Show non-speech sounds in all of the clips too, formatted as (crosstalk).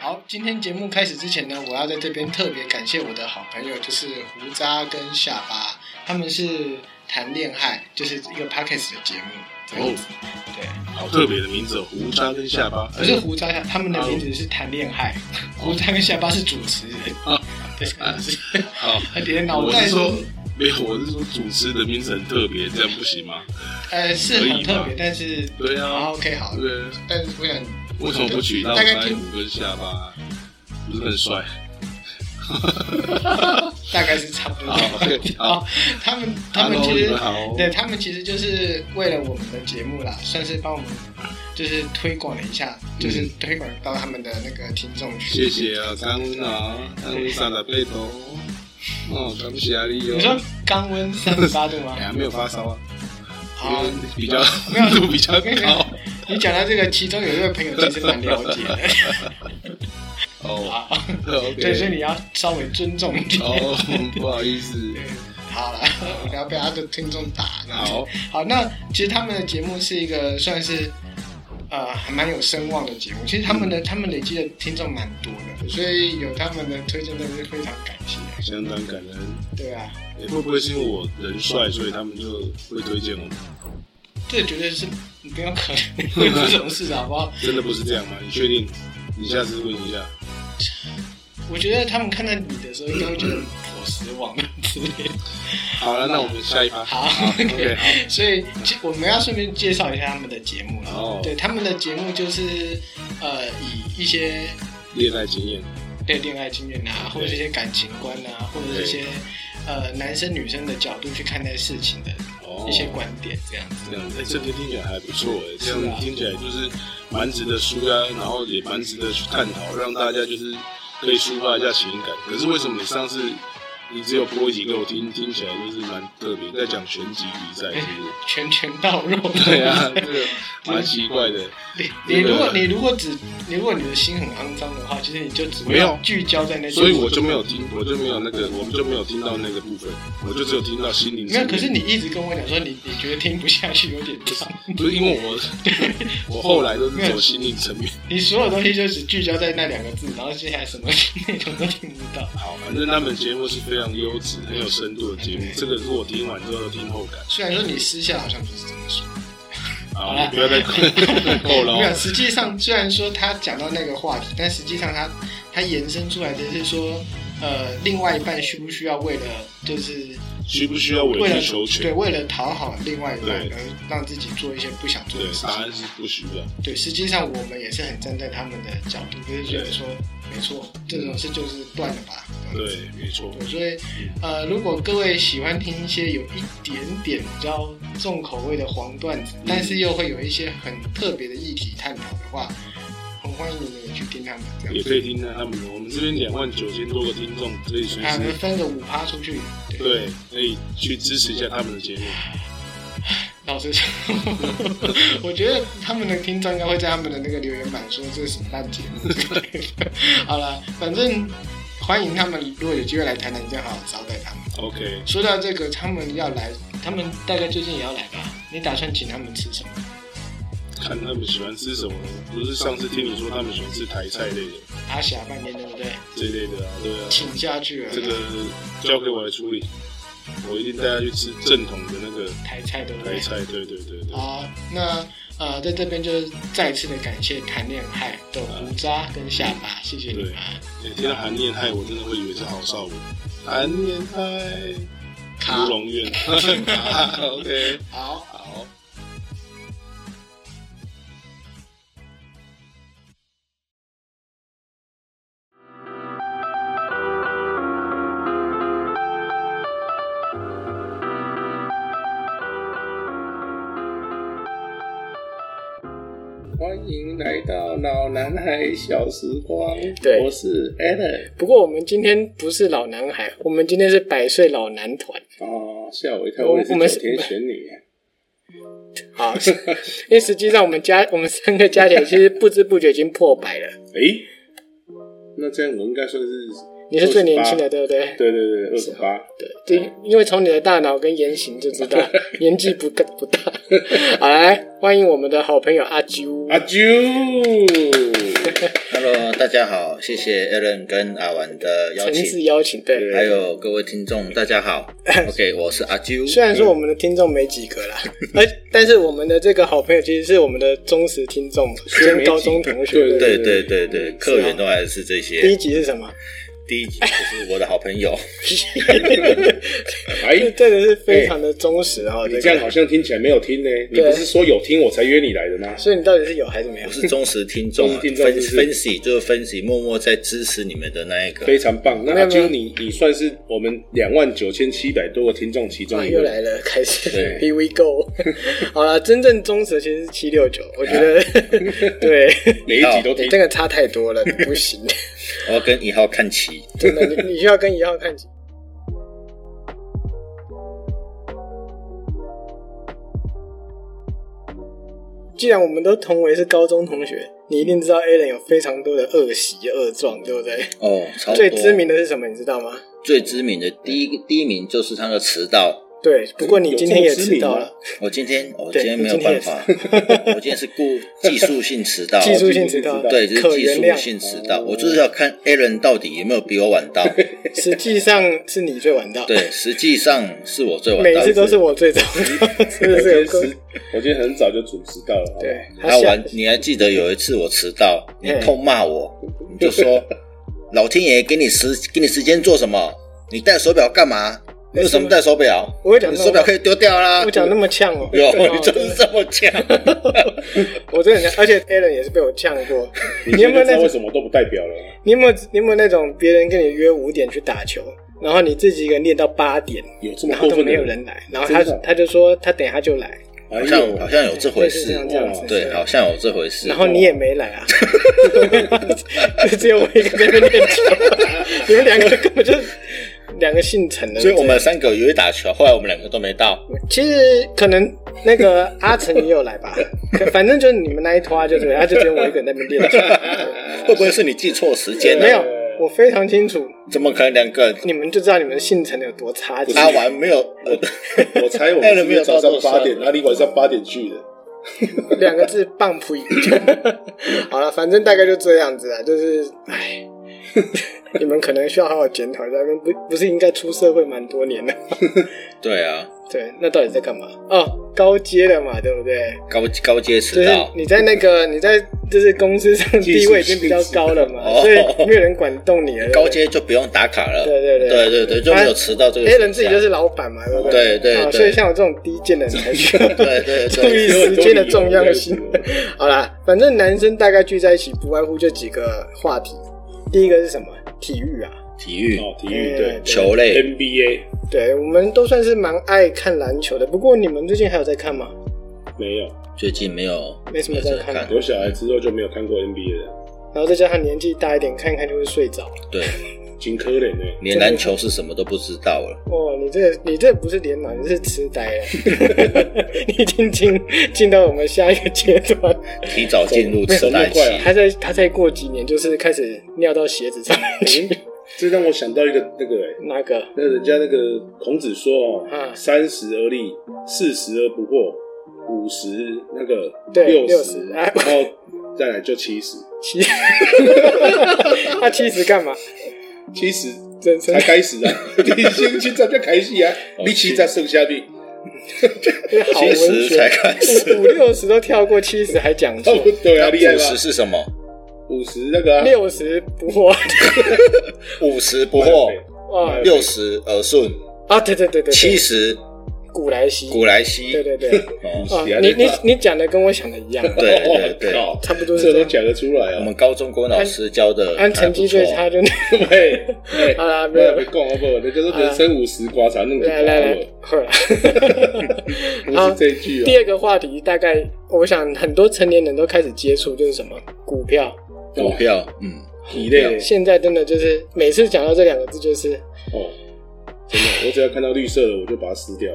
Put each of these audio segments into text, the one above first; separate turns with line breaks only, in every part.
好，今天节目开始之前呢，我要在这边特别感谢我的好朋友，就是胡渣跟下巴，他们是谈恋爱，就是一个 podcast 的节目。这样子
哦
对，
好特别的名字哦，胡渣跟下巴。
不是胡渣，他们的名字是谈恋爱，
哦
胡渣跟下巴是主持人。对，
(laughs)
是
好，
他连脑
哦我
袋
是说
都，
没有，我是说主持的名字很特别，这样不行吗？
呃是
可以
很特
吧
别，但是
对啊
好 OK 好，
对，
但是我想
为什么不取到
大概
腮
听
胡跟下巴？啊不是
(laughs)
很帅？
大概是差 (laughs) 不多。
好对好，
他们他们
Hello，
其
你
实
们好
对他们其实就是为了我们的节目啦，算是帮我们就是推广了一下，就是推广到他们的那个听众群。
嗯谢谢啊，三温啊，三温三的背头。哦，感谢啊，你
你说
哦。
肛温三十八度吗
哎？呀，没有发烧啊，
好，
因为比较
没有
(laughs) 温度比较
我跟你 (laughs)
高
讲。，你讲到这个，其中有一位朋友其实蛮了解
(laughs)
的，
哦，
好，
OK
(laughs) 对，所以你要稍微尊重一点。
哦，不好意思。
对好了， (laughs) 不要被他的听众打。这样子
好，
好，那其实他们的节目是一个算是呃还蛮有声望的节目，其实他们的、他们累积的听众蛮多的，所以有他们的推荐真的是非常感谢。
相当感恩。
对啊，
欸会不会是因为我人帅，所以他们就会推荐我？
这绝对是没有可能会有这种事的，好不好？ (laughs)
真的不是这样吗？你确定？你下次问一下。
我觉得他们看到你的时候，应该会觉得我死亡了之类的。
好了，那我们下一趴。
好
OK，好。
所以其我们要顺便介绍一下他们的节目了。
哦
对，他们的节目就是呃以一些
恋爱经验，
对恋爱经验啊，或者是一些感情观啊，或者是一些呃男生女生的角度去看待事情的
哦
一些观点，这样子。
这样子，欸这个听起来还不错哎，这
是啊
样听起来就是蛮值得书啊，然后也蛮值得去探讨，让大家就是可以抒发一下情感。可是为什么你上次你只有播一集给我听，听起来就是蛮特别，在讲拳击比赛，是不是？
拳拳到肉，
对啊，这个蛮奇怪的。
(laughs) 你
这
你
个
如果你如果只你如果你的心很肮脏的话，其实你就只
没
会
有
聚焦在那些，
所以我就没有听，我就没有那个，我们就没有听到那个部分，我就只有听到心灵层
没有。
面。
可是你一直跟我讲说你你觉得听不下去有点脏，
不是因为我，我 (laughs) 后来都是走心灵层面。
(laughs) 你所有东西就只聚焦在那两个字，然后接下来什么 (laughs) 内容都听不到。
好，反正他们节目是非常优质、很有深度的节目。这个是我听完之后的听后感。
虽然说你私下好像不是这么说。
好，
好啦
你不要再 (laughs) 够了
没有，
哦。
实际上虽然说他讲到那个话题，但实际上他他延伸出来的是说，呃，另外一半需不需要为了就是
需不需要
为
委
了
曲求
对
全？
为了讨好另外一半
对
而让自己做一些不想做
对
的，事
答
情。
案是不需要。
对，实际上我们也是很站在他们的角度，就是觉得
对
说，没错，这种事就是断了吧。这样子
对，没错。
对，所以呃，如果各位喜欢听一些有一点点比较重口味的黄段子，但是又会有一些很特别的议题探讨的话，很欢迎你们也去听他们这样
也
子。
可以听看他们的。我们这边两万九千多个听众，可以随
啊，我们
时
分个五趴出去。对，
对，可以去支持一下他们的节目。
老实说， (laughs) 我觉得他们的听众应该会在他们的那个留言板说这是什么烂节目之类的。 (laughs) 好了，反正欢迎他们，如果有机会来台南，一定要好好招待他们。
OK，
说到这个，他们要来，他们大概最近也要来吧？你打算请他们吃什么？
看他们喜欢吃什么。不是上次听你说他们喜欢吃台菜类的
阿霞半边对不对？
这类的啊，对啊。
请下去了，
这个交给我来处理，我一定带他去吃正统的那个
台菜对不对
台？菜。对对对对，
好，那呃，在这边就是再次的感谢谈恋爱的胡渣跟下巴，谢谢你们
对。每哎听到韩恋爱，我真的会以为是郝邵文。韩恋爱，
卡
芙蓉院。卡 OK，
好，
好。
欢迎来到老男孩小时光，
对
我是 Alan。
不过我们今天不是老男孩，我们今天是百岁老男团。
哦，吓我一跳，
我
我以为
我们
是
是哎
九天玄女。
(laughs)
好，因为实际上我们加我们三个加起来，其实不知不觉已经破百了。
诶，那这样我应该算是
你是最年轻的，
28
对不对？
对对对，二十八。
对，对，因为从你的大脑跟言行就
(laughs)
知道年纪不不 (laughs) 大。好，来欢迎我们的好朋友阿啾。
阿啾，
Hello，大家好，谢谢 Alan 跟阿玩的邀
诚挚
请，
邀请，对。
还有各位听众，大家好。OK，我
(laughs)
是阿啾。
虽然说我们的听众没几个啦， (laughs) 而但是我们的这个好朋友其实是我们的忠实听众，跟高中同学。
对
对对对对，客源都还是这
啊第一
些。
集是什么？
第一集就是我的好
(laughs)
朋友，
哎，
真的是非常的忠实
(laughs)
哦，
你
这
这样
个
好。像听起来没有听呢。你
对
不是说有听我才约你来的吗？
所以你到底是有还是没有
我？是忠实听众
忠
啊，
实听众
分
是不是
分析就是分析，默默在支持你们的那一个。
非常棒。那
没有
阿
没有
啾，你你算是我们两万九千七百多个听众其中
啊，
一
又
个。
来了，开始
对
(laughs) ，Here we go。好了，真正忠实其实是七六九，我觉得 (laughs) 对，哎
每一集都听
你。这个差太多了，不行，
我要哦跟一号看齐。
真的，你你需要跟一号看齐。既然我们都同为是高中同学，你一定知道 Alan 有非常多的恶习恶状，对不对？
哦，超多
最知名的是什么，你知道吗？
最知名的第一第一名就是他的迟到。
对，不过你今天也迟到
有这么知名吗
了，
我今天我
对
今天没有办法，我今天是故技术性迟
(laughs)
到。
技术性迟到，
啊对，就是
可
技
原
术
谅。
性迟到。我就是要看 Alan 到底有没有比我晚
(laughs)
到。
实际上是你最晚到，
对，实际上是我最
(laughs)
晚
每
到。
次都是我最早
(laughs)
到，是不
我今
是
天
有够？
迟，我今天很早就准时到了。好不好
对，他
还
下
玩，你还记得有一次我迟到，你
嗯
痛骂我，你就说
(laughs)
老天爷给你时给你时间做什么？你戴手表干嘛？你为什么戴手表？
我会讲
你
这种
手表可以丢掉啦
我。讲那么呛哦，
有，
哦
你就是这么
(laughs)
讲。
我真的很呛，而且 Alan 也是被我呛过。你有没有
知
那
道为
种？
什么都不代表了吗？
你有没有？你有没有那种别人跟你约五点去打球，然后你自己一个人练到八点，
有这么
然后都
过分的哎
没有人来，然后他
真的哦
他就说他等一下就来，
好
好像好像有这回
类似这
事哦
样，这样子。
哇
对，好像有这回事。
然后你也没来啊，就只有我一个在那边练球，你们两个根本就是两个姓陈的。
哦所以我们三个有一打球，后来我们两个都没到。
其实可能那个阿成也有来吧，可反正就是你们那一拖啊就对，他就只有我一个人在那边练球。
会不会是你记错时间了？
啊没有，我非常清楚，
怎么可能两个人？
你们就知道你们的姓陈有多差劲。
阿玩没有，呃
(laughs)
我猜我
艾
们
伦
是
没有
早上
到这
八
算
点，阿啊里晚上八点去的。
两个字棒不一。
(laughs)
好了，反正大概就这样子啊，就是
(laughs)
唉，你们可能需要好好检讨一下，你们不不是应该出社会蛮多
(laughs)
年的？
对啊，
对，那到底在干嘛？哦，高阶了嘛，对不对？
高高阶
就
迟
是
到。
你在那个你在就是公司上地位已经比较高了嘛，
技术
所
性
以没有人管动你了。
哦高阶就不用打卡了，
对对对
对对对，就没有迟到这个选项。
A 哎人自己就是老板嘛，对不
对对
啊
对
所以像我这种低贱的人才需
(laughs)
要
对对
注意
对，
时间的重要性
有很多理由。
好啦，反正男生大概聚在一起，不外乎就几个话题。第一个是什么？体育啊，
体育、
哦，体育对
嗯
球类，
NBA
对我们都算是蛮爱看篮球的。不过你们最近还有在看吗？
没有，
最近没有
没什么在看
看。
有小孩之后就没有看过 NBA 了，
然后再加上年纪大一点，看一看就会睡着。
对，
金科磊呢？
连篮球是什么都不知道了。
哦，你这你这不是脸脑，你是痴呆了。 (laughs) 你已经进进到我们下一个阶段，
提早进入痴呆期
走那么快，
他在他再过几年就是开始尿到鞋子上面去。
这让我想到一个那个、欸，
那个？
那人家那个孔子说哦，
嗯
三十而立，四十而不惑，五十那个
对
十，
60哎
然后再来就七十，
七， (laughs) 他七十干嘛？
七十
人生
才开始啊！
(laughs)
你先去参加开戏啊，
哦
你七在剩下面，
好文
七十
学，啊
才
(laughs)
开始。
五六十都跳过，七十还讲错
哦，，对啊，厉害
五
吧
十？是什么？
五十那个啊，
六十不
(laughs)
惑
五十不惑，
对
啊
六十耳顺，
啊！对对对对，
七十
古来稀，
古来稀。
对对
(laughs)
对
哦
啊！
喜啊
你你
你爸
你讲的跟我想的一样，
对对对嗯
哦靠
差不多是
这
这
都
样。
讲得出来
我
啊
们！高中国文老师教的还
按
不错
成绩最差就
(laughs)
(laughs)
喂，哎
好啊啦，没
没
有啊
有被讲好不好？那就是人生五十刮痧，弄个
来来来，好
(laughs)
了。
不是这一句
第
啊。
二个话题大概，我想很多成年人都开始接触，就是什么股票。
股票，嗯，
体类
现在真的就是每次讲到这两个字，就是
哦，真的，我只要看到绿色的，我就把它撕掉。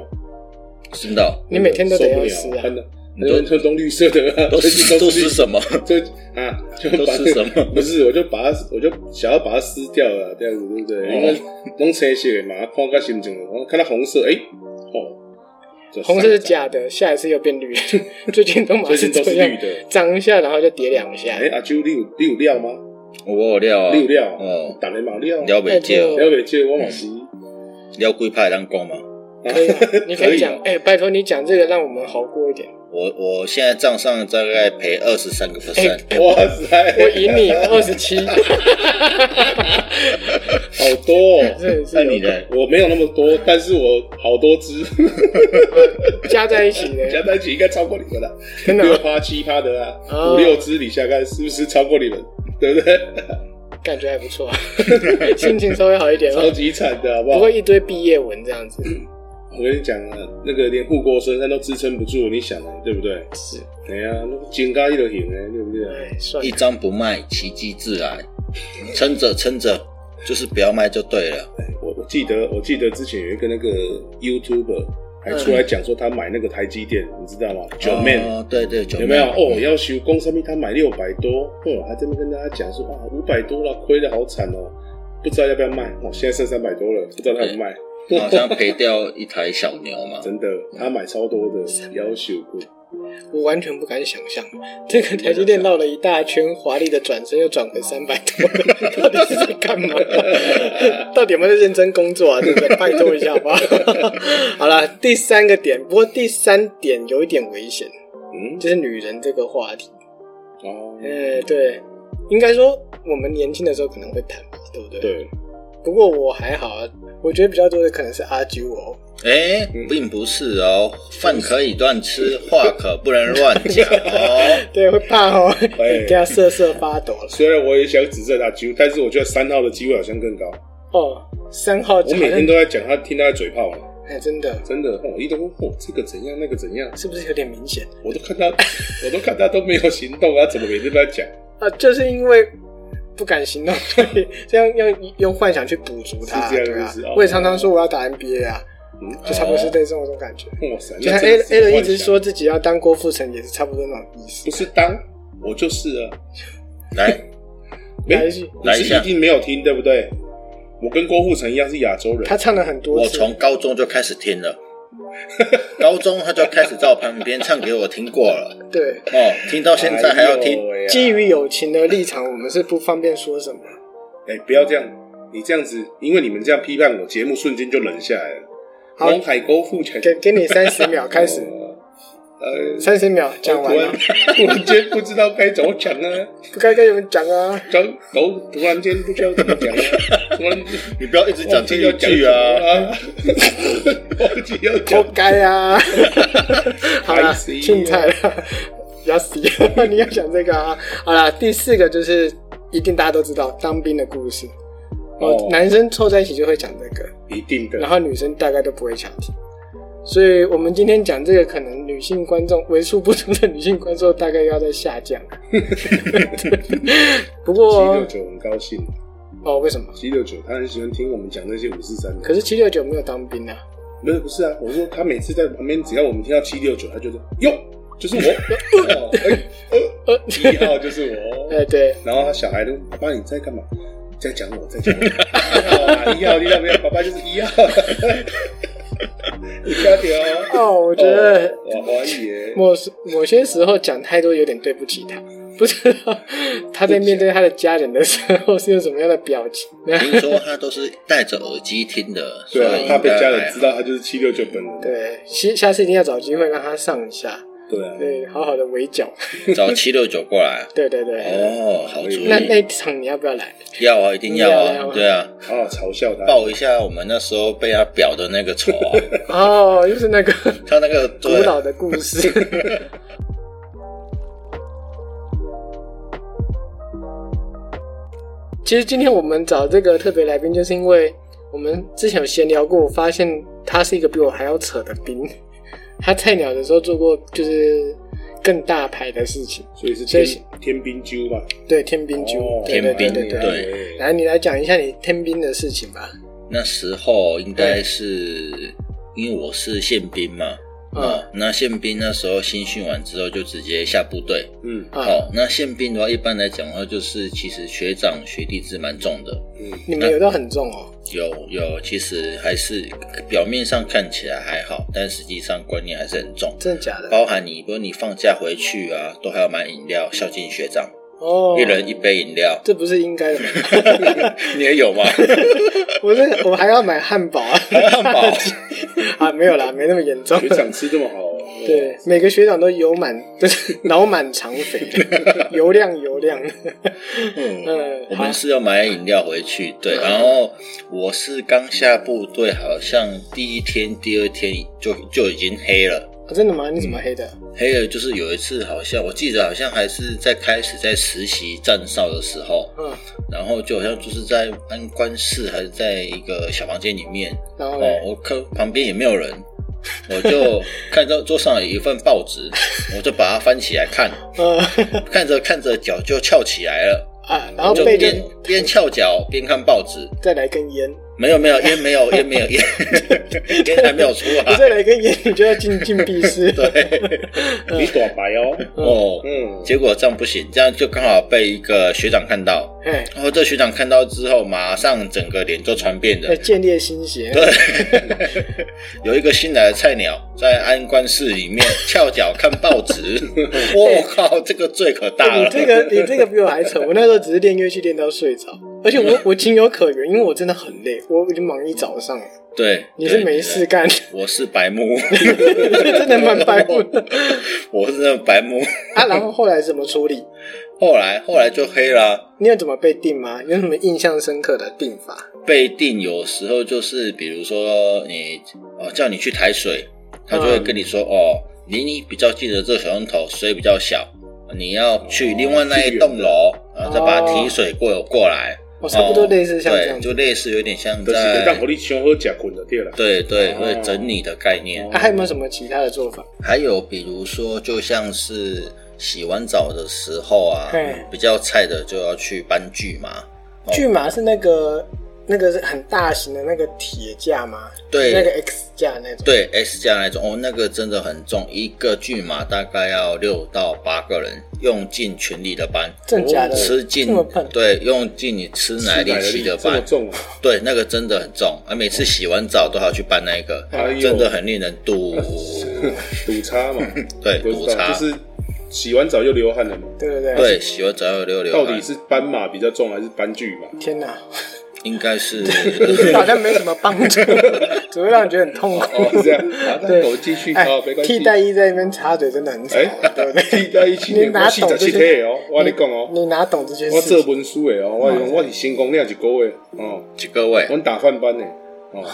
真的哦，
你每天都得要
受
撕
不了
啊。
看到嗯很多 (laughs) 都绿色的啊，
(laughs) 都是 (laughs) 都是
么？
什么？
这啊，就把
都吃什么
(laughs) 不是，我就把它，我就想要把它撕掉了，这样子对不对？
哦
因为弄成一些嘛，看个心情，我看到红色，哎，哦，这
红
三
色是
张
假的，下一次又变绿了。 (laughs) 最近都满
最
是
近都
这
是
样
绿，的。
涨一下然后就跌两下。
哎，阿啾，你有你有料吗？
(laughs) 我有料啊，
你有料
哦，
打雷嘛料，
了
拜
袂少，
托
了未借我
(laughs)
嘛是，
了几派人讲嘛。
可以啊，你可
可
以
以
讲，哎、拜托你讲这个，让我们好过一点。
我我现在账上大概赔二十三个 percent，
哇塞，
我赢你二十七，
好多
(laughs)
哦。
这也
那
是
你
有
呢？
我没有那么多，但是我好多只 (laughs)
加在一起
加
的，
在一起应该超过你们了，
真
(laughs)
的
六
啊
趴七趴的
哦哎
啊，五六只你想看是不是超过你们？ (laughs) 对不对？
感觉还不错，心情稍微好一点
超
哦。
级惨的好不好
不？过一堆毕业文这样子，
我跟你讲啊，那个连护国神山都支撑不住，你想啊，对不对？
是，
哎呀、那个金刚一都行哎，对不对？
哎，算
一
了，
张不卖，奇迹自来，撑着撑着，就是不要卖就对了。
我我记得我记得之前有一个那个 YouTuber
嗯
还出来讲说他买那个台积电，你知道吗？九妹、
哦对对，九
有没有？哦，要修工上面他买六百多，哦，还这边跟大家讲说啊，五百多了，亏的好惨哦，不知道要不要卖。哦，现在剩三百多了，不知道他要不卖。
哎
好像赔掉一台小牛 (laughs) 嘛。
真的，他买超多的，要求过。
我完全不敢想象，这个台积电绕了一大圈，华丽的转身又转回三百多，到底是在干嘛？ (laughs) 到底有没有在认真工作啊？对不对？拜托一下好不 (laughs) 好？好了，第三个点，不过第三点有一点危险，
嗯，
就是女人这个话题。
哦，
哎，对，应该说我们年轻的时候可能会谈吧，对不对？。
对，
不过我还好啊，我觉得比较多的可能是阿九哦， (laughs)
哎，并不是哦，饭可以乱吃，话可不能乱讲哦。 (laughs)
对，会怕哦，
哎
给他瑟瑟发抖了。
虽然我也想指正他机会，但是我觉得三号的机会好像更高。
哦，三号好
我
像，
每天都在讲他，听他的嘴炮了，
哎，真的
真的哦，一直问哦，这个怎样，那个怎样，
是不是有点明显
我都
(laughs)
看他，我都看他都没有行动啊，怎么每天都在讲？
啊？就是因为不敢行动， (laughs) 所以这样要用幻想去补足它，
是这样
对吧
是不是哦
我也常常说我要打 NBA 啊，
嗯，
就差不多是对这种这种感觉。
哇塞，
就像
那真
A
的哦是
A 人
幻
一直
想
说自己要当郭富城，也是差不多那种意思
不。是当，我就是啊，
来，
没
来一句
来一
你是
下
一定没有听对不对？我跟郭富城一样是亚洲人
他，唱了很多
我
次，啊
从高中就开始听了， (laughs) 高中他就开始在我旁边唱给我听过了
对，
哦，听到现在还要听
哎呦。喂啊
基于友情的立场，我们是不方便说什么。
哎、不要这样，你这样子，因为你们这样批判我，节目瞬间就冷下来了。
好
红海郭富城哦
给给你三十秒 (laughs) 开始，
呃，
三十秒讲哎完
突然
了，
突然 (laughs) 间不知道该怎么讲啊，
不该跟你们讲啊。
讲都突然间不知道怎么
(laughs)
讲啊，突然
你不要一直讲这一句
忘
啊！
记要讲
活
什么啊， (laughs) 忘记要讲。
该啊！ (laughs) 好啦，
该死
青菜了， (laughs) 要死！你要讲这个啊？好啦，第四个就是一定大家都知道当兵的故事。哦，
哦
男生凑在一起就会讲这个，
一定的，
然后女生大概都不会想听。所以我们今天讲这个，可能女性观众为数不多的女性观众大概要在下降。 (laughs) 不
七
过
六九很高兴，
哦，为什么？
七六九他很喜欢听我们讲那些五四三的。
可是七六九没有当兵啊。
没有，不是啊，我说他每次在旁边，只要我们听到七六九，他就说哟，就
(laughs)
是我，哦哎呃，一号就是我，
哎，对，
然后他小孩都，爸爸你在干嘛？在讲我，在讲我，一号一号没有，爸爸就是一号， (laughs) 你加点哦，
哦，我觉得
我怀疑耶，
某时某些时候讲太多有点对不起他，不知道他在面对他的家人的时候是用什么样的表情。
听说他都是戴着耳机听的，
啊对
所以
啊，
应该
他被家
还
人
好
知道他就是七六九本人，
对，下下次一定要找机会让他上一下，
对啊，
对，好好的围剿。
哎找七六九过来。
对对
哎
对，
哦，好主
那那
意，
一场你要不要来？
要啊，一定要
要
啊
啊，
对啊，
好好嘲笑他，
报一下我们那时候被他表的那个仇
(laughs)
啊，
哦，又是那个
他那个
古
对啊
老的故事。 (laughs) 其实今天我们找这个特别来宾，就是因为我们之前有闲聊过，我发现他是一个比我还要扯的兵。 (laughs) 他菜鸟的时候做过就是更大牌的事情，
所以是
所以
天
是
天兵揪嘛，
对天兵军，
哦
对对对
天
对
兵
对。
对
来，你来讲一下你天兵的事情吧。
那时候应该是因为我是宪兵嘛，哦
嗯
那宪兵那时候新训完之后就直接下部队。哦
嗯
嗯，
好，那宪兵的话，一般来讲的话，就是其实学长学弟制蛮重的，
嗯
你们有到很重哦，
有有，其实还是表面上看起来还好，但实际上观念还是很重，
真的假的？
包含你，比如你放假回去啊，都还要买饮料孝敬学长，
哦，，
一人一杯饮料 (laughs)
这不是应该的吗？
你
(laughs)
也有吗？
我这我还要买汉堡啊，
汉堡
啊，没有啦，没那么严重
学。长吃这么好，哦
对，每个学长都油满，就是脑满肠肥， (laughs) 油亮油亮。嗯，
我
好
们，是要买饮料回去，对，然后我是刚下部队，好像第一天、第二天就就已经黑了。
啊真的吗？你怎么黑的？
黑了就是有一次，好像我记得好像还是在开始在实习站哨的时候，
嗯，
然后就好像就是在安官室还是在一个小房间里面，
然后呢？
哦，我看旁边也没有人， (laughs) 我就看到桌上有一份报
(laughs)
纸，我就把它翻起来看，
嗯
看着看着脚就翘起来了，
啊，然后
就
被
边
人
边翘脚边看报纸。
再来根烟，
没有没有烟
(laughs)
没有烟没有烟 (laughs) 烟还没有出啊
你
来，
再来根烟，你就要进禁闭室。
对
你短白 (laughs) 哦，
哦，
嗯，
结果这样不行，这样就刚好被一个学长看到，
哎，
然后这学长看到之后，马上整个脸就传遍了
要。建立新鞋。
有一个新来的菜鸟在安官室里面翘脚看
(laughs)
报纸，我靠，这个罪可大
你
了。
这个你这个比我还扯，我那时候只是练乐器练到睡着，而且我我情有可原，因为我真的很累，我已经忙一早上了。
对，
你是
对
没事，干，
对我是白目， (laughs)
(laughs)
真的蛮白目的
我是那种白目。
(laughs) 啊。然后后来怎么处理？
后来后来就黑了啊、
你有怎么被定吗？有什么印象深刻的定法？
被定有时候就是，比如说你哦叫你去抬水，他就会跟你
嗯
说、哦，离你比较近的这个水龙头水比较小，啊你要去另外那一栋楼，然后再把它提水过过来。
哦，差不多类似像这
对，
样
哦
就
子。
类似有点像
但是让
在
火力熊喝假滚的对了，
对对
哦
会整理的概念。
啊，还有没有什么其他的做法？
还有比如说，就像是洗完澡的时候啊
嘿，
比较菜的就要去搬锯嘛。哦
巨马是那个那个是很大型的那个铁架吗？
对
那个 X 架那种。
对 S 架那种哦，那个真的很重，一个巨马大概要六到八个人，用尽全力的搬，
真假
哦
的？
吃尽
这么笨？
对，用尽你吃奶力气的
这么
搬，
重啊，
对，那个真的很重，啊，每次洗完澡都还要去搬那一个，
哎呦
真的很令人堵，
堵差 (laughs) 嘛，
对，
不
堵
知道
差，
就是洗完澡又流汗了嘛。
对不对？。
对，洗完澡要啊流流
到
汗，
底是斑马比较重还是斑巨马？
天哪， (laughs)
应该是
这好像没什么帮
(laughs)
助，只会让人觉得很痛苦。
哦，这样，好，那我继续
哎
哦，没关系。
替代一在那边插嘴真的很吵，
(laughs) 哎
对不对？
替代一七
你
年，
哪
我四
懂
十
这
七
些
岁哦，我跟你讲哦，
你嗯哪懂这件
我
事
做
情？
文书的哦，我我是新工量一个月哦，
几个位
我打饭班的哦。啊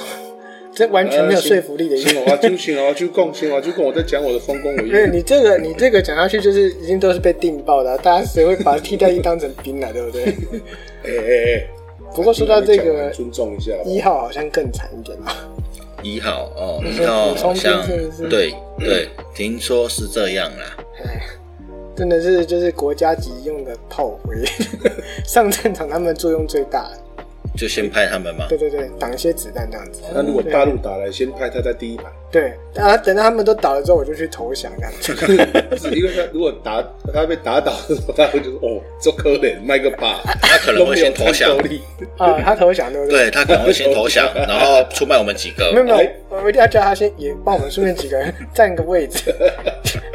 这完全没有说服力的意思
新。华就新华就讲，新华就讲，我在讲我的丰功伟
(laughs) 没有，
业。哎
你这个你这个讲下去就是已经都是被定爆的啊、大家谁会把替代役当成兵啊，对不对？
哎哎哎，
不过说到这
你讲
个
完尊重一下吧。
一号好像更啊惨一点吧，
一号哦，
你
一
说
号
补充
好像
兵是不是
对对，听说是这样啦，
哎，真的是就是国家级用的炮灰， (laughs) 上战场他们作用最大，
就先拍他们嘛
对，对对，挡一些子弹这样子，
那如果大陆打来，先派他在
(laughs)
第一排，
对，啊，等到他们都倒了之后，我就去投降这样子。
(laughs) 不是因为他如果打他被打倒的时候，他会就说哦，这可怜，卖个把，
他可能会先投降
都没有战斗。力
啊，他投降对不对？
对他可能会先投
(laughs)
降，然后出卖我们几
没有
个。
没有，我我一定要叫他先也帮我们顺便几个人 (laughs) 占个位置，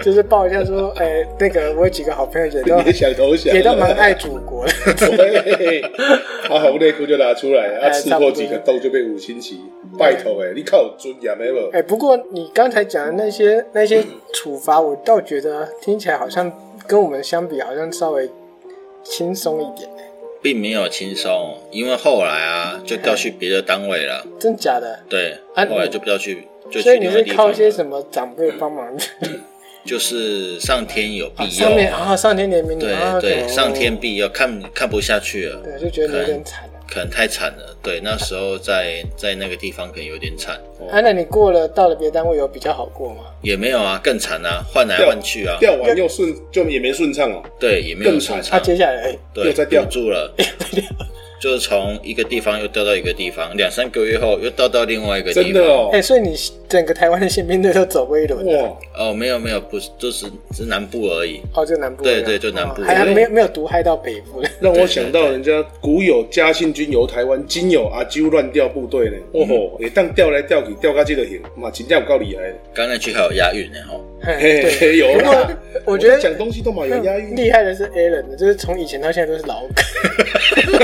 就是报一下说，哎、那个我有几个好朋友也都
你也想投降，
也都蛮爱祖国的。 (laughs)
对， (laughs) 他红内裤就拿出来，他
哎
刺破几个洞就变五星旗。拜托哎，你靠有尊严没有
哎、？不过你刚才讲的那些那些处罚，我倒觉得听起来好像跟我们相比，好像稍微轻松一点、
并没有轻松，因为后来啊就调去别的单位了，
真假的？
对，
啊
后来就不要去，就
所
去
以你
另外
是
地
靠
方
一些
了。
什么长辈帮
(laughs)
忙？ (laughs)
就是上天有庇
上
佑
面，啊，上天怜悯你，啊
对对，
，OK
上天庇佑，看看不下去了，
对，就觉得你有点惨了。
可能太惨了。对，那时候在在那个地方可能有点惨，
啊，那你过了到了别的单位有比较好过吗？
也没有啊，更惨啊，换来换去啊，
掉完又顺，就也没顺畅哦。
对，也没有
更惨
顺
啊，
畅，
接下来
对，
又在掉
堵住了，就是从一个地方又调到一个地方，两三个月后又调到另外一个地
真
方。
的哦
哎、，所以你整个台湾的宪兵队都走过一轮的，
哇，
哦，没有没有，不是，就是只是南部而已。
哦，就南部的
对对就南部
哦还还没有没有毒害到北部的，
让我想到人家古有嘉庆军游台湾，今有阿啾乱调部队呢。
嗯
哦吼，也当调来调去，调到这个型，嘛，真正有够厉害的。
刚才去还有押韵呢，哦吼。
嘿
嘿， (laughs) 对。
嘿，有
不过
啦。
我觉得嗯
讲东西都蛮有押韵，
厉害的是 Alan 的，就是从以前到现在都是老梗， (laughs)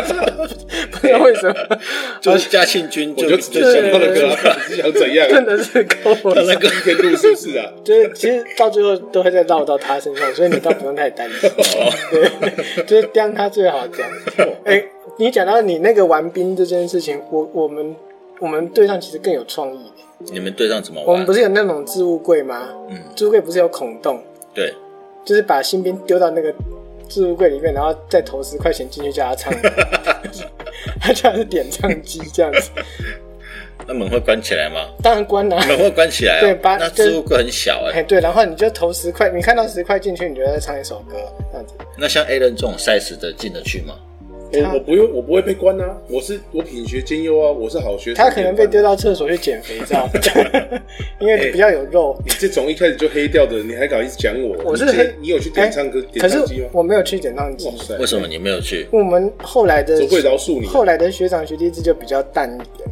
不知道为什么，
就是嘉庆君
我
就
就只
就
想到那个啦，你是想怎样？
真的是够了。
那个
一天路是不
(laughs)
是啊？
就是其实到最后都会再绕到他身上，所以你倒不用太担心。对，就是当他最好讲。哎、你讲到你那个玩兵这件事情，我我们我们队上其实更有创意。
你们队上怎么
我们
玩
不？是有那种置物柜吗？
嗯，
置物柜不是有孔洞，
对，
就是把新兵丢到那个置物柜里面，然后再投十块钱进去叫他
(laughs)
唱歌，他居然是点唱机这样子。
那门会关起来吗？
当然关了、
门会关起来、啊，
对把
那
就是
置物柜很小哎、
哎，对，然后你就投十块，你看到十块进去，你就再唱一首歌，这样子。
那像 A 人这种 size 的进得去吗？
我我不用，我不会被关啊！我是我品学兼优啊，我是好学生。
他可能被丢到厕所去捡肥皂， (laughs) 因为比较有肉。
你这种一开始就黑掉的，你还敢一直讲我？
我是
你这
黑哎
你有去哎点唱歌、
可
点
是
唱机吗？
我没有去点唱机
哇，塞，
为什么你没有去？
我们后来的
怎么会饶恕你啊？
后来的学长学弟制就比较淡一点。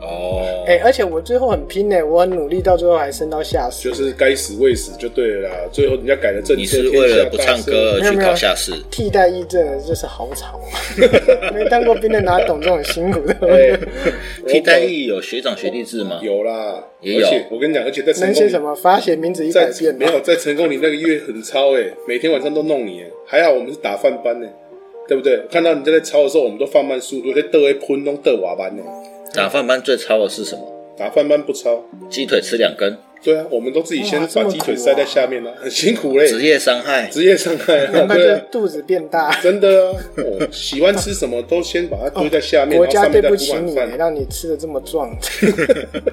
哦，
哎、而且我最后很拼呢、我很努力，到最后还升到下士。
就是该死未死就对了啦。最后人家改了政策，
你是为了不唱歌
没
而
有
去
没有
考下士？
替代役真的就是好
(laughs)
吵，没当过兵的哪懂这种辛苦
天
的？
下大事？ (laughs) 哎
替代役有学长学弟制吗？
有啦，
也有
而且我跟你讲，而且在成
能
功
写
里
什么？啊发写名字一百
在
遍
没
吗？
有在成功里那个月很超哎、每天晚上都弄你、欸，还好我们是打饭班呢、欸对不对？看到人家在抄的时候，我们都放慢速度，在得一喷弄得瓦班呢、欸
打饭班最超的是什么？
打饭班不抄，
鸡腿吃两根，
对啊，我们都自己先
哇这
把
么
鸡腿
苦啊
塞在下面呢、很辛苦嘞、
职业伤害。
职业伤害、啊，
难怪
对
就
啊，
肚子变大。
真的啊，我喜欢吃什么都先把它堆在下面，
国
然后
家
上
对
面再
不
铺
起
晚
你，啊
饭。
让你吃的这么壮， (laughs)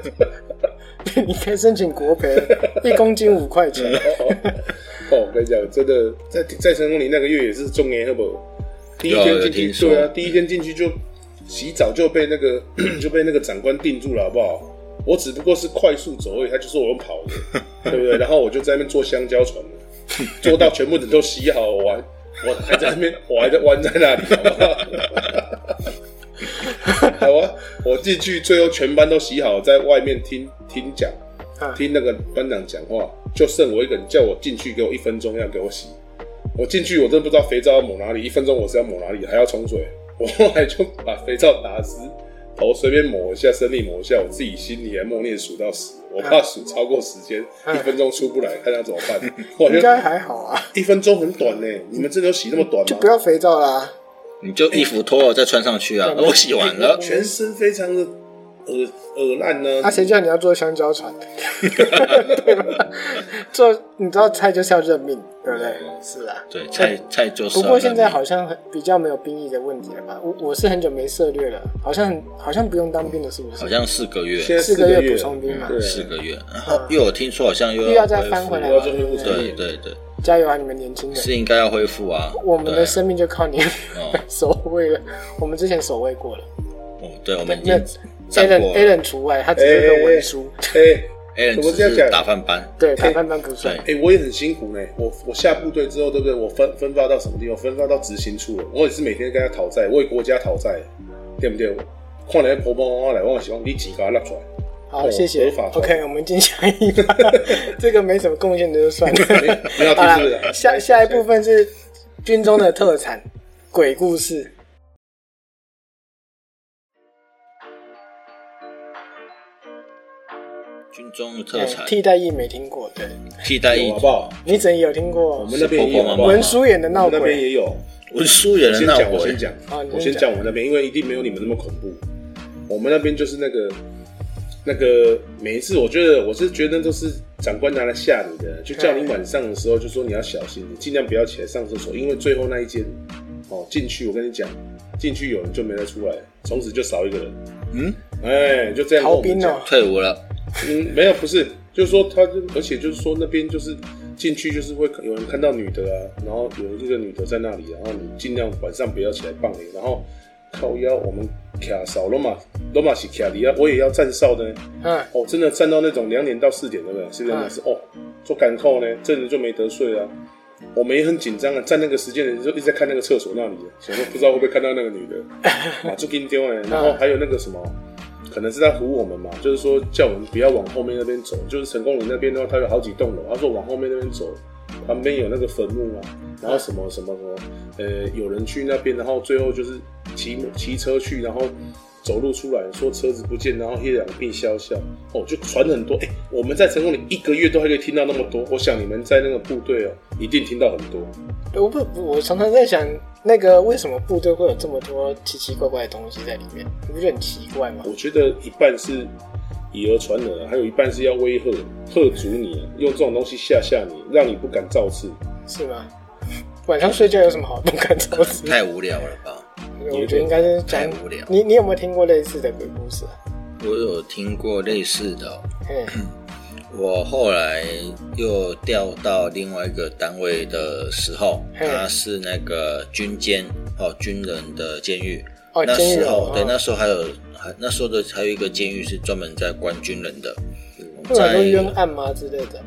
你可以申请国
(laughs)
赔，一公斤五块钱。
嗯哦，我跟你讲，真的，在在成功里那个月也是中年，好不好？第一
有
天
有
进去，
听说
对啊，第一天进去就洗澡就被那个 (coughs) 就被那个长官定住了，好不好？我只不过是快速走而已，他就说我用跑
(laughs)
的，对不对？然后我就在那边做香蕉船了，做到全部人都洗好玩，我还在那边，我还在玩在那里，好不好？
(laughs)
好啊，我进去，最后全班都洗好，在外面听听讲，
啊
听那个班长讲话，就剩我一个人，叫我进去给我一分钟，要给我洗。我进去，我真的不知道肥皂要抹哪里，一分钟我是要抹哪里，还要冲水。 (laughs) 我后来就把肥皂打湿，头随便抹一下，身体抹一下，我自己心里还默念数到十，我怕数超过时间，一分钟出不来，看他怎么办。
(laughs)
我
应
觉
该
得
哎还好啊，
一分钟很短呢、你们真的有洗那么短
就
吗
不？要肥皂啦。
你就衣服脱了再穿上去啊！
对
我洗完了，
全身非常的恶恶烂呢
啊，。谁叫你要做香蕉
(laughs)
船？ (laughs) 对吧？做你知道菜就是要认命，对不对？
嗯
是啊。
对，菜菜就是
不
要认命。
过现在好像很比较没有兵役的问题了吧？我我是很久没涉略了，好像很好像不用当兵了，是不是？
好像四个月，啊
现在
四
四
个月
月
补充兵嘛
对，
四个月，然后又有听说好像又
又要再翻回来
我
了
要做恢复，
对对对，
加油啊，你们年轻人！
是应该要恢复啊。
我们
对
的生命就靠你 (laughs) 们
哦
守卫了，我们之前守卫过了。
哦，对，我们已
那
经站
Alan
过了
Alan 除外，他只是个文书，
(laughs) 哎
，A 人
怎么这
只
样
是
讲
打饭班，
对，他慢慢不算
对。
哎，我也很辛苦呢。我我下部队之后，对不对？我分分发到什么地方？分发到执行处了。我也是每天跟他讨债，为国家讨债，对不对？看来婆婆啊妈妈来，我希望你自己给他拉出来。
(laughs) 好，
哦
谢谢
合法。团
OK，我们进下一趴， (laughs) 这个没什么贡献的就算
没
了。
没
(laughs)
有
好
听是不
啦，
是？
下下一部分是军中的特产——鬼故事。
军中的特产
哎替代役没听过，对，
替代役
有好啊不好？
你怎有听过
我？们那边也有，
是婆婆妈妈
文书演的
我
闹
们那边
鬼，
也有。
文书也
我
能
先
闹
讲，我
鬼
先，讲
哦你，先
我先
讲
讲我那边，因为一定没有你们那么恐怖。我们那边就是那个那个，每一次我觉得我是觉得都是长官拿来吓你的，就叫你晚上的时候就说你要小心，你尽量不要起来上厕所，因为最后那一间哦进去，我跟你讲，进去有人就没再出来，从此就少一个人。
嗯，
哎，就这样跟
逃
我们
兵
讲。
哦，
退伍了，
嗯，没有，不是，就是说他就，而且就是说那边就是进去就是会有人看到女的啊，然后有一个女的在那里，然后你尽量晚上不要起来放你，然后靠腰，我们卡少罗马，罗马是卡里啊，我也要站哨的呢。
嗯，
哦，真的站到那种两点到四点，对不对？是这样的是哦，做赶扣呢，这人就没得睡啊。我们也很紧张啊，站那个时间的人就一直在看那个厕所那里，啊想说不知道会不会看到那个女的，啊，就跟丢哎。然后还有那个什么，可能是在唬我们嘛，就是说叫我们不要往后面那边走，就是成功岭那边的话，它有好几栋楼，他说往后面那边走，旁边有那个坟墓啊，然后什么什么什么，呃，有人去那边，然后最后就是骑骑车去，然后走路出来说车子不见，然后一两并消消，哦，就传很多。哎、我们在成功里一个月都还可以听到那么多，我想你们在那个部队哦，一定听到很多。
我不，嗯我常常在想，那个为什么部队会有这么多奇奇怪怪的东西在里面？你不觉得很奇怪吗？
我觉得一半是以讹传讹，啊还有一半是要威吓吓足你，啊用这种东西吓吓你，让你不敢造次。
是吗？晚上睡觉有什么好不敢做的
(laughs)
事？
太无聊了吧？
我觉得应该是讲
太无聊
你，你有没有听过类似的鬼故事啊？
我有听过类似的哦、
嘿，
我后来又调到另外一个单位的时候，
嘿
它是那个军监哦，军人的监狱。
哦
那
监狱
时
哦
候对，
哦
那时候还有还那时候的还有一个监狱是专门在关军人的，
会有很多冤案吗之类的？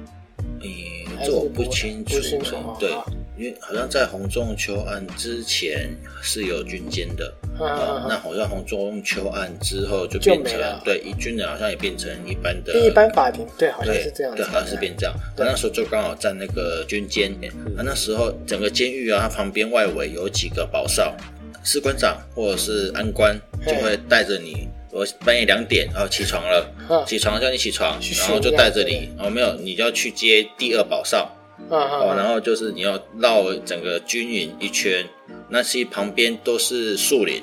诶、
还是
这呃我不清楚
不清楚哦，
对
好，
因为好像在红中秋案之前是有军监的，
啊啊
啊
啊
那好像红中秋案之后就
就
变
没
成
了
对，一军人好像也变成一般的
第一般法庭对，好像
对，
是这样子嗯
对，
的，
好像是变这样。我那时候就刚好在那个军监，
嗯
啊，那时候整个监狱啊，它旁边外围有几个保哨，士官长或者是安官
嘿
就会带着你。我半夜两点，然后起床
嗯
了， (laughs) 起床叫你起床
去，
然后就
巡逻
带着
对
你，哦没有，你就要去接第二保哨，
啊
哦，
啊
然
啊！
后就是你要绕整个军营一圈，那些旁边都是树林，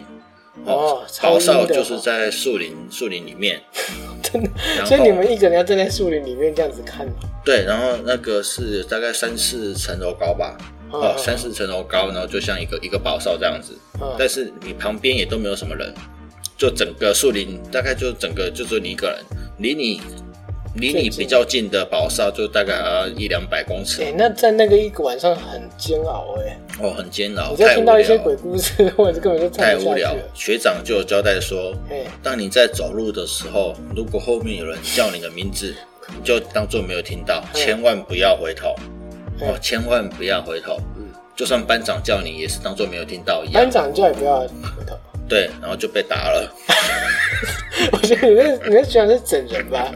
哦超
保
阴
哨
的
就是
哦
在树林树林里面，
(laughs) 真的，
然
所以你
后
们一个人要站在树林里面这样子看，
对，然后那个是大概三四层楼高吧，
哦
哦，三四层楼高，然后就像一个一个堡哨这样子，
嗯
但是你旁边也都没有什么人，就整个树林大概就整个就只有你一个人，离你离
最
你
近
比较近的堡哨就大概呃一两百公尺
哎、，那在那个一个晚上很煎熬哎、
哦，很煎熬，
我在
太
听
无
到一些鬼
聊，
故事， (laughs) 我是根本就
太
站不下
无
去哎
聊
了。。
学长就有交代说，
嘿，
当你在走路的时候，如果后面有人叫你的名字，你就当做没有听到，
嗯
千万不要回头。
嗯
哦，千万不要回头。就算班长叫你，也是当做没有听到一
班
样。
长叫你不要回头。 (laughs)
对，然后就被打了。
我觉得你那你那学长是整人
(laughs)
吧？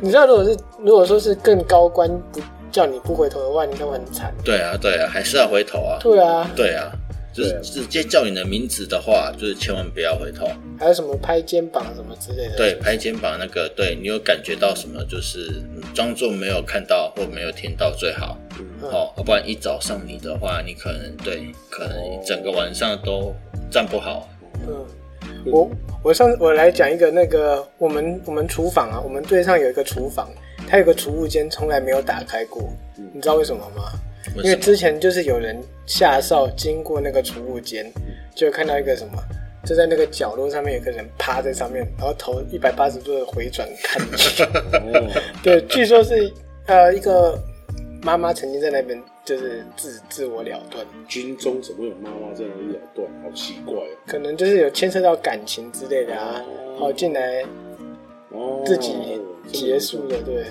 你知道，如果是如果说是更高官不叫你不回头的话，你都会很惨。
对啊，对啊，还是要回头啊。
对啊，
对啊，就是直接叫你的名字的话，就是千万不要回头。
还有什么拍肩膀什么之类的。
对，拍肩膀那个，对你有感觉到什么，就是嗯装作没有看到或没有听到最好。
嗯
哦，要不然一找上你的话，你可能对，可
哦
能整个晚上都站不好。
嗯，我我上我来讲一个那个我们我们厨房啊，我们队上有一个厨房，它有个储物间从来没有打开过，
嗯
你知道为什么吗？
为
因为
什么？
之前就是有人下哨经过那个储物间，就看到一个什么，就在那个角落上面有个人趴在上面，然后头一百八十度的回转看你。
(laughs)
哦，
对，据说是呃一个妈妈曾经在那边就是自自我了断，
(laughs) 军中怎么有妈妈在那里咬断？好奇怪哦。
可能就是有牵涉到感情之类的啊，跑进来
哦，
自己结束的，对。
哦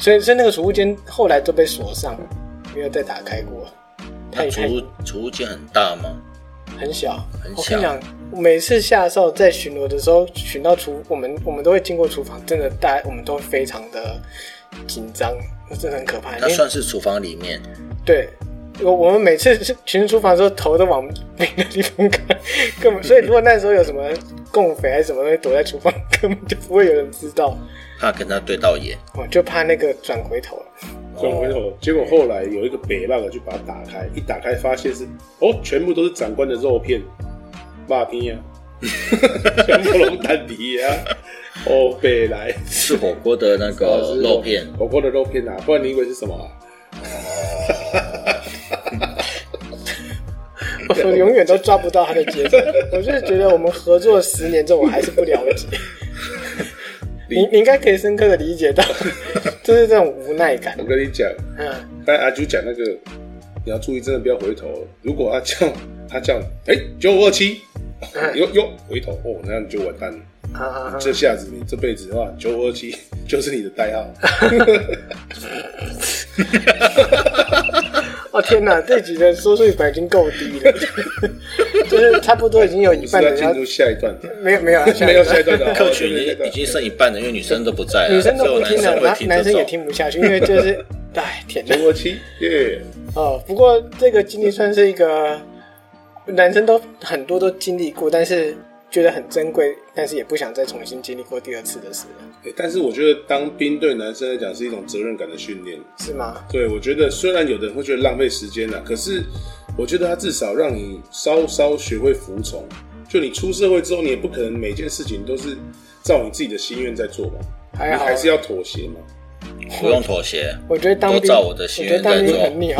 所以，所以那个储物间后来都被锁上，没有再打开过。太太
那储物储物间很大吗？
很小，
很
我跟
小
你讲，每次下哨在巡逻的时候，巡到厨，我们我们都会经过厨房，真的大，我们都非常的紧张，那真的很可怕。
它
哎因为
算是厨房里面。
对，我我们每次去巡厨房的时候，头都往别的地方看， (laughs) 根本。所以如果那时候有什么共匪还是什么东西躲在厨房，根本就不会有人知道。
怕跟他对到眼，哦
我就怕那个转回头了。
转回头，结果后来有一个北浪的去把它打开，一打开发现是哦，全部都是长官的肉片，马皮
(laughs)
啊，全部拢蛋皮啊，哦，北来
吃火锅的那个哦肉片，
哦
火锅的肉片啊，不然你以为是什么、啊？
我 (laughs) 永远都抓不到他的节奏。 (laughs) 我就是觉得我们合作十年之后，我还是不了 (laughs) 解。你你应该可以深刻的 (laughs) 理解到，就是这种无奈感
我。跟你讲，
嗯，
刚才阿朱讲那个，你要注意，真的不要回头了。如果他这样，他这样，哎、九五二七，
哎
哟哟，回头哦，那你就完蛋了。
啊，
这下子你这辈子的话，九五二七就是你的代号。
哎
哦天哪，这集的收视率本来已经够低了， (laughs) 就是差不多已经有一
你是
半的
要
人
进
啊
(laughs) 要
入下一段的，
没有 (laughs) 没有啊
(laughs) 没有下一段的，
客
哦
群
没
已
有下一
经已
段
经剩一半了，因为女生都不在了，啊
女生
只
都不
有男
听了，
生会
男
听
男
这
生也
种。
听不下去，因为就是，哎，天哪！
九五二 (laughs) 七，耶！
哦，不过这个经历算是一个男生都很多都经历过，但是觉得很珍贵，但是也不想再重新经历过第二次的事了，
诶但是我觉得当兵对男生来讲是一种责任感的训练。
是吗？
对，我觉得虽然有的人会觉得浪费时间啊啦，可是我觉得他至少让你稍稍学会服从。就你出社会之后，你也不可能每件事情都是照你自己的心愿在做嘛，
还
你
好，
还是要妥协嘛。
不用妥协，
我觉得当
都
兵，
照我的心
觉得
愿
当
在
兵
做
很妙，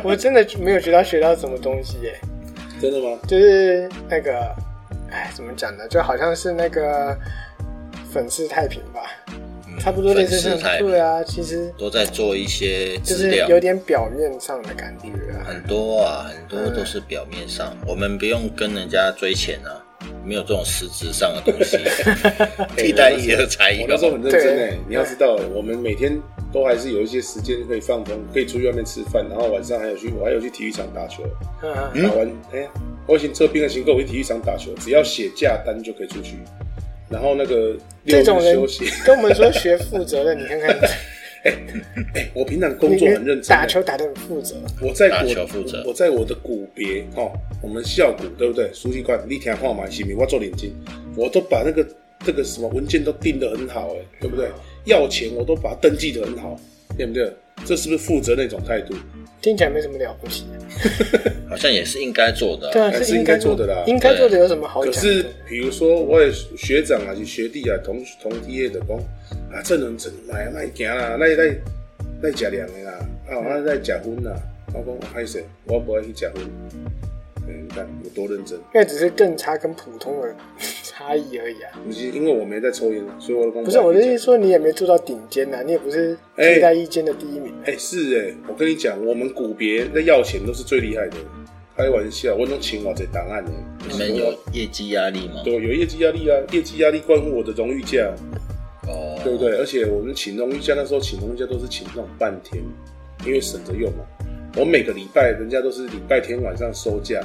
(laughs) 我真的没有觉得学到什么东西耶、
真的吗？
就是那个，哎，怎么讲呢？就好像是那个粉饰太平吧，
嗯
差不多类似
粉
像
饰太平
对啊，其实
都在做一些
就
资
是
料，
有点表面上的感觉啊。
很多啊，很多都是表面上，我们不用跟人家追钱啊，没有这种实质上的东
(laughs)
西，替代一而裁一
我
个
那时候
嘛。
很认真哎、
对
你要知道、我们每天都还是有一些时间可以放风，可以出去外面吃饭，然后晚上还有去，我还有去体育场打球，
嗯，
打完哎呀，我以前做兵的行够，我去体育场打球，只要写假单就可以出去，然后那个六
这
日
种人
休息。
跟我们说学负责任，你看看，
(laughs) 哎我平常工作很认真、欸
打球，打得很负责。
我在
打
我
球负责
我在我的股别哦，我们校股对不对？书记官，你听话嘛，行不行？我做领巾，我都把那个这个什么文件都定得很好、哎，对不对？要钱我都把它登记得很好，对不对？这是不是负责那种态度？
听起来没什么了不起，啊
好像也是应该做的啊、
对啊，
还是
应该
应该做的啦
应该做的有什么好
可
讲
是
的？
比如说，我的学长啊，是学弟啊，同同梯业的讲啊，这人真来来行啦，来来来食凉的啦，啊，
嗯
啊来食荤啦。我讲歹势，我不爱去食荤。嗯，你看我多认真。
那只是更差跟普通的 (laughs) 差异而已啊。
不是因为我没在抽烟啊，所以我的工
不
作
是，我的意思说你也没做到顶尖啊呐、你也不是
哎
替代一间的第一名。
哎、是哎、我跟你讲，我们股别在要钱都是最厉害的。开玩笑，我能请我这档案呢、
你们有业绩压力吗？
对，有业绩压力啊，业绩压力关乎我的荣誉价，
哦，
对不对？而且我们请荣誉价那时候请荣誉价都是请那种半天，因为省着用嘛。我每个礼拜人家都是礼拜天晚上收假，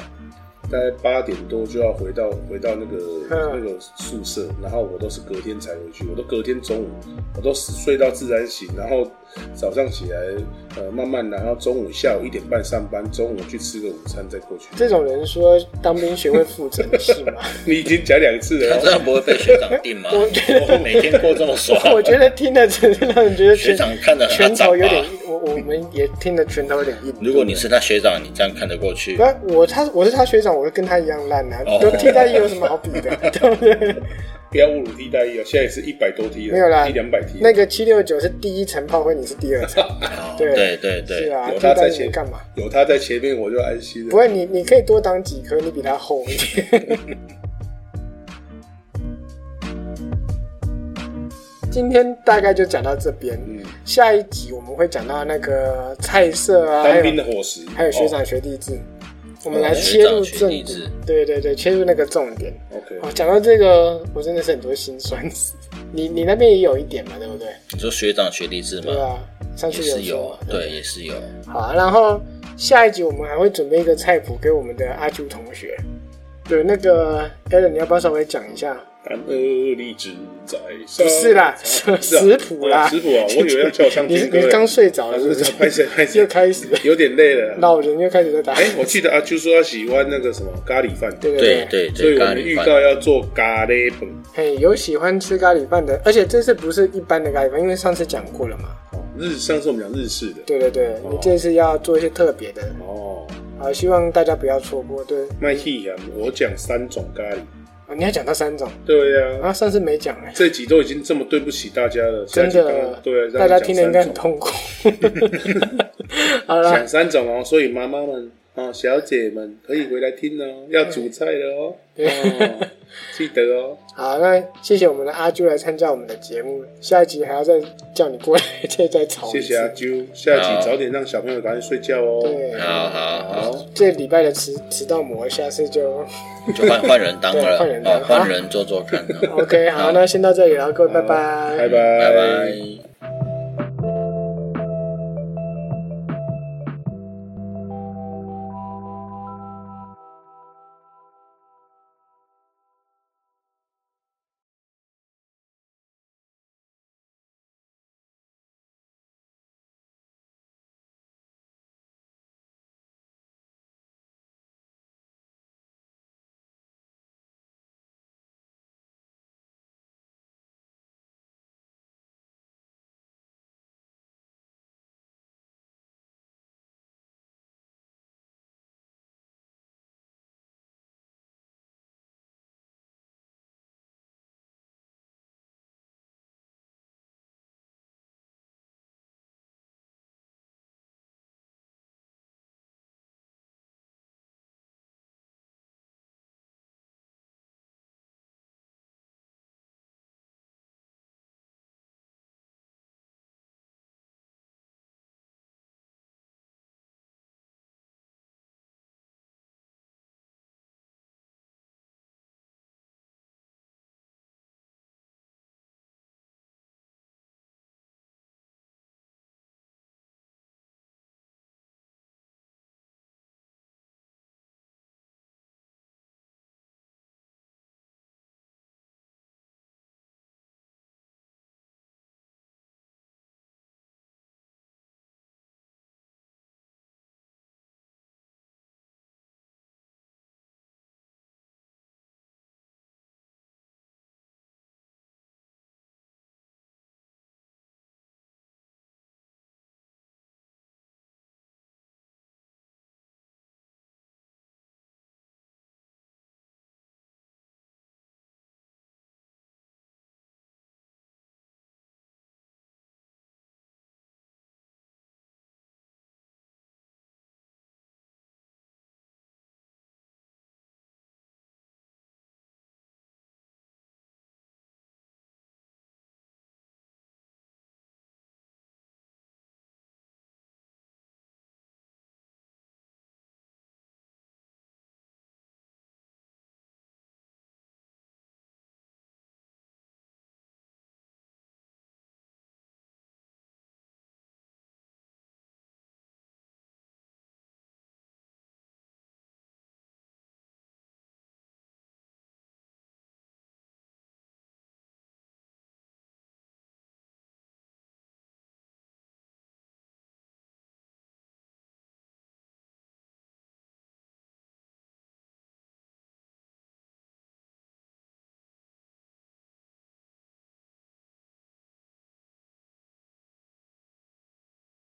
大概八点多就要回到回到那个
嗯
那个宿舍，然后我都是隔天才回去，我都隔天中午，我都睡到自然醒，然后早上起来呃慢慢的，然后中午下午一点半上班，中午去吃个午餐再过去。
这种人说当兵学会负责，你信吗？ (laughs)
你已经讲两次了哦
他真，的不会被学长定
(laughs)
吗？
我觉得
我每天过这么爽，
我觉得听的只是让人觉得
学
拳
长看得很
拳
啊
头有点
长吧
硬，我我们也听得拳头有点硬。
如果你是他学长，你这样看得过去
不，然我他我是他学长，我就跟他一样烂啊
哦，
都替代一有什么好比的？ (laughs) 对不对？
不要侮辱替代役哦，现在是一百多 T 了，
没有啦
一两百 T 了。
那个七六九是第一层炮灰，你是第二层，
哦
对
对对
是
对，
啊，
有
替
他
代
在
你
前
干嘛？？
有他在前面，我就安心
不
了。
会，你你可以多当几颗，你比他厚一点。 (laughs) 今天大概就讲到这边，
嗯，
下一集我们会讲到那个菜色啊，还
当兵的
有
伙食，
还有学长
哦
学弟制，我们来
哦
切入
学长学
正
弟
点
制，
对对对，切入那个重点。
OK，
哦，讲到这个，我真的是很多心酸史。你你那边也有一点嘛，对不对？
你说学长学弟制
对
吗？
啊，上
也
次
是
说
有
嘛，
对，也是有。
好，然后下一集我们还会准备一个菜谱给我们的阿朱同学。对，那个 Alan，你要不要稍微讲一下？
甘二荔枝在上
不是啦，
啊
食食谱啦，
食谱啊， (laughs) 我以为要叫我唱
你是
军歌
你是
嘞。
刚睡着
啊
了
是
是
不
不
是
是？
拍谁拍谁
又，开
(laughs)
始了，
有点累了。
老人又开始在打。
哎，我记得阿秋说他喜欢那个什么咖喱饭，
对
对
对，
对
所以
对，
我
咖
们预
喱
告
饭
要做咖喱粉。
嘿，有喜欢吃咖喱饭的，而且这次不是一般的咖喱饭，因为上次讲过了嘛。
哦日上次我们讲日式的
对对对，
哦
你这次要做一些特别的，
哦，
好，希望大家不要错过。对，
麦气啊，我讲三种咖喱。
哦你要讲到三种，
对呀，
啊，上次没讲哎、
这集都已经这么对不起大家了，下
真
集刚
的
刚，对啊，让
大
我
家
讲
听得应该
三
很
种
痛苦。好了，
讲三种哦，所以妈妈们啊、哦，小姐们可以回来听哦，要煮菜了哦，
(laughs) 对
哦，记得哦，
好，那谢谢我们的阿朱来参加我们的节目，下一集还要再叫你过来， (laughs) 再再吵一
谢
次。
谢阿啊啾，下集早点让小朋友赶快睡觉哦。
对，
好好好，
好，
这礼拜的迟迟到魔，下次就
就换换人当
对
了
换人，当 (laughs)
哦，换人做做看，
OK。好，那先到这里了，各位，拜
拜
拜
拜
拜拜。